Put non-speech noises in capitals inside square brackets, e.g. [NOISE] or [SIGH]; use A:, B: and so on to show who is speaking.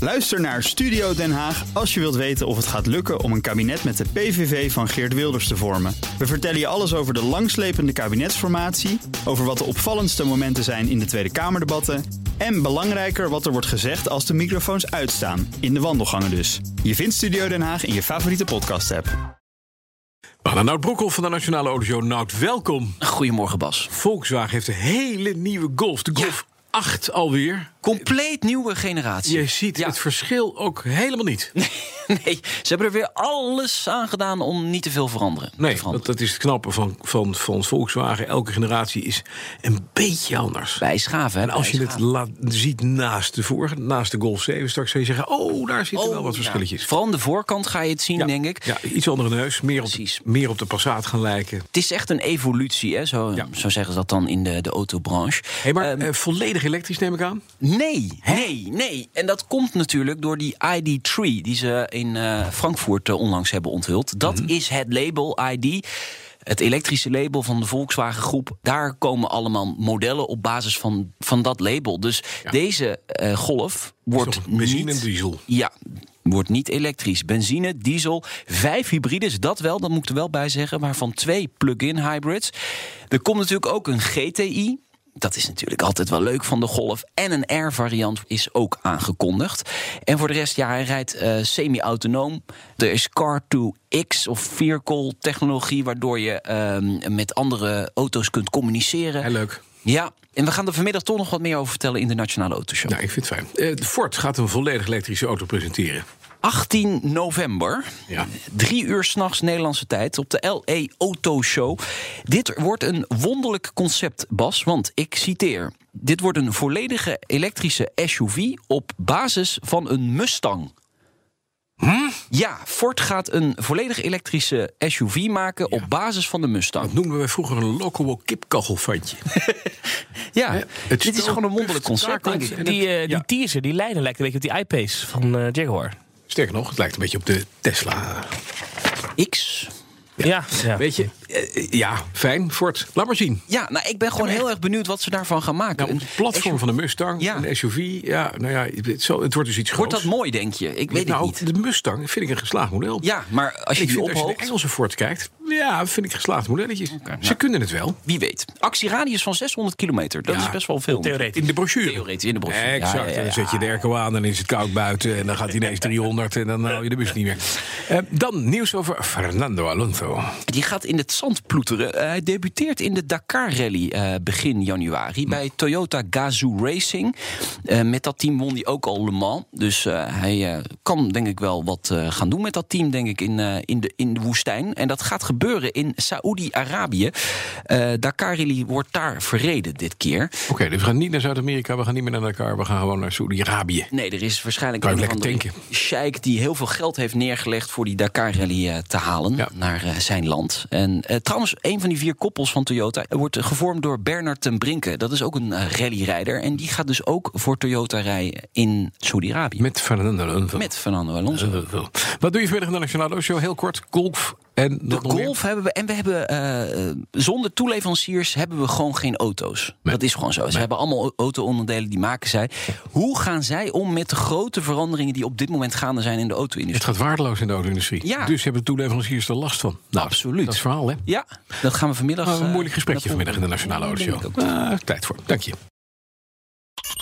A: Luister naar Studio Den Haag als je wilt weten of het gaat lukken om een kabinet met de PVV van Geert Wilders te vormen. We vertellen je alles over de langslepende kabinetsformatie, over wat de opvallendste momenten zijn in de Tweede Kamerdebatten en belangrijker wat er wordt gezegd als de microfoons uitstaan, in de wandelgangen dus. Je vindt Studio Den Haag in je favoriete podcast-app.
B: We gaan naar Nout Broekhoff van de Nationale Autoshow. Nout, welkom.
C: Goedemorgen, Bas.
B: Volkswagen heeft een hele nieuwe Golf. De Golf 8 alweer.
C: Compleet nieuwe generatie.
B: Je ziet
C: Ja.
B: het verschil ook helemaal niet.
C: [LAUGHS] Nee, ze hebben er weer alles aan gedaan om niet te veel veranderen.
B: Nee,
C: te
B: dat,
C: veranderen.
B: dat is het knappe van, van, van Volkswagen. Elke generatie is een beetje anders.
C: Bij schaven, hè?
B: En als
C: bij
B: je het
C: schaven.
B: laat- ziet naast de vorige, naast de Golf 7, straks zou je zeggen: Oh, daar zitten wel
C: Oh,
B: wat
C: ja.
B: verschilletjes.
C: Vooral aan de voorkant ga je het zien,
B: Ja.
C: denk ik.
B: Ja, iets onder de neus, meer op,
C: Precies.
B: meer op de Passat gaan lijken.
C: Het is echt een evolutie, hè? Zo,
B: Ja.
C: zo zeggen ze dat dan in de, de autobranche.
B: Hey, maar
C: Ehm,
B: eh, volledig elektrisch neem ik aan.
C: nee, nee, nee. En dat komt natuurlijk door die ID3 die ze in eh, Frankfurt eh, onlangs hebben onthuld. Dat is het label ID. Het elektrische label van de Volkswagen Groep. Daar komen allemaal modellen op basis van, van dat label. Dus deze eh, Golf wordt
B: nog benzine
C: niet-
B: en diesel.
C: Ja, wordt niet elektrisch. Benzine, diesel, vijf hybrides, dat wel, dat moet ik er wel bij zeggen, maar van twee plug-in hybrids. Er komt natuurlijk ook een GTI. Dat is natuurlijk altijd wel leuk van de Golf. En een R-variant is ook aangekondigd. En voor de rest, ja, hij rijdt eh, semi-autonoom. Er is Car2X of Vehicle-technologie... waardoor je ehm, met andere auto's kunt communiceren.
B: Heel leuk.
C: Ja, en we gaan er vanmiddag toch nog wat meer over vertellen... in de Nationale Autoshow.
B: Nou, ik vind het fijn. Eh, Ford gaat een volledig elektrische auto presenteren.
C: 18 november,
B: Ja.
C: drie uur s'nachts Nederlandse tijd, op de LE Auto Show. Dit wordt een wonderlijk concept, Bas, want ik citeer. Dit wordt een volledige elektrische SUV op basis van een Mustang. Ja, Ford gaat een volledig elektrische SUV maken op basis van de Mustang.
B: Noemden we vroeger een Locowo kipkachelfantje.
C: Ja,
B: het
C: dit is
B: stel-
C: gewoon een wonderlijk
B: het
C: concept,
B: stel-
C: denk ik.
B: en het-
D: Die, eh, die
B: ja.
D: teaser, die lijnen lijkt een beetje op die iPace van eh, Jaguar.
B: Sterker nog, het lijkt een beetje op de Tesla.
C: X.
D: Ja, ja.
B: Weet je, eh, eh, ja, fijn, Ford. Laat maar zien.
C: Ja, nou, ik ben gewoon heel erg benieuwd wat ze daarvan gaan maken.
B: Nou, op
C: Een
B: het platform van de Mustang,
C: Ja.
B: een SUV. Ja, nou ja, het, zal- het wordt dus iets
C: Wordt
B: groots.
C: dat mooi, denk je? Ik weet
B: nou,
C: het niet.
B: de Mustang vind ik een geslaagd model.
C: Ja, maar als je
B: Ik
C: die
B: vind, als je de
C: ophoogt...
B: Engelse Ford kijkt, ja, vind ik geslaagde modelletjes. Ze kunnen het wel.
C: Wie weet. Actieradius van 600 kilometer. Dat
B: Ja,
C: is best wel veel.
D: theoretisch.
B: In de brochure.
C: Theoretisch, in de brochure.
B: Exact.
C: Ja, ja, ja,
B: En Dan
C: ja.
B: zet je de airco aan, dan is het koud buiten. En dan gaat hij ineens 300 en dan hou je de bus niet meer. Eh, dan nieuws over Fernando Alonso.
C: Die gaat in het zand ploeteren. Eh, hij debuteert in de Dakar Rally eh, begin januari bij Toyota Gazoo Racing. Eh, met dat team won hij ook al Le Mans. Dus eh, hij eh, kan denk ik wel wat eh, gaan doen met dat team denk ik, in, eh, in, de, in de woestijn. En dat gaat gebeuren in Saoedi-Arabië. Eh Dakar Rally wordt daar verreden dit keer.
B: Oké, dus we gaan niet naar Zuid-Amerika, we gaan niet meer naar Dakar. We gaan gewoon naar Saoedi-Arabië.
C: Nee, er is waarschijnlijk
B: Kan
C: een
B: je
C: of
B: lekker
C: andere sheik die heel veel geld heeft neergelegd voor die Dakar-rally eh, te halen
B: Ja.
C: naar eh, zijn land. En eh, trouwens, een van die vier koppels van Toyota wordt eh, gevormd door Bernard ten Brinke. Dat is ook een eh, rallyrijder en die gaat dus ook voor Toyota rijden in Saudi-Arabië. Met,
B: Met Fernando Alonso.
C: Fernando Alonso.
B: Alonso. Wat doe je vanmiddag in de Nationale Auto Show? Heel kort, golf en
C: De Golf hebben we en we hebben eh, eh, zonder toeleveranciers hebben we gewoon geen auto's. Dat is gewoon zo. Ze hebben allemaal auto-onderdelen die maken zij. Hoe gaan zij om met de grote veranderingen die op dit moment gaande zijn in de auto-industrie?
B: Het gaat waardeloos in de auto-industrie.
C: Ja.
B: Dus hebben de toeleveranciers er last van. Nou,
C: Absoluut.
B: Dat is het verhaal, hè?
C: Ja, dat gaan we vanmiddag.
B: Nou, een
C: eh,
B: moeilijk gesprekje
C: naar voren
B: vanmiddag in de Nationale Auto Show.
C: brengen. Denk ik ook.
B: Ah, tijd voor. Dank je.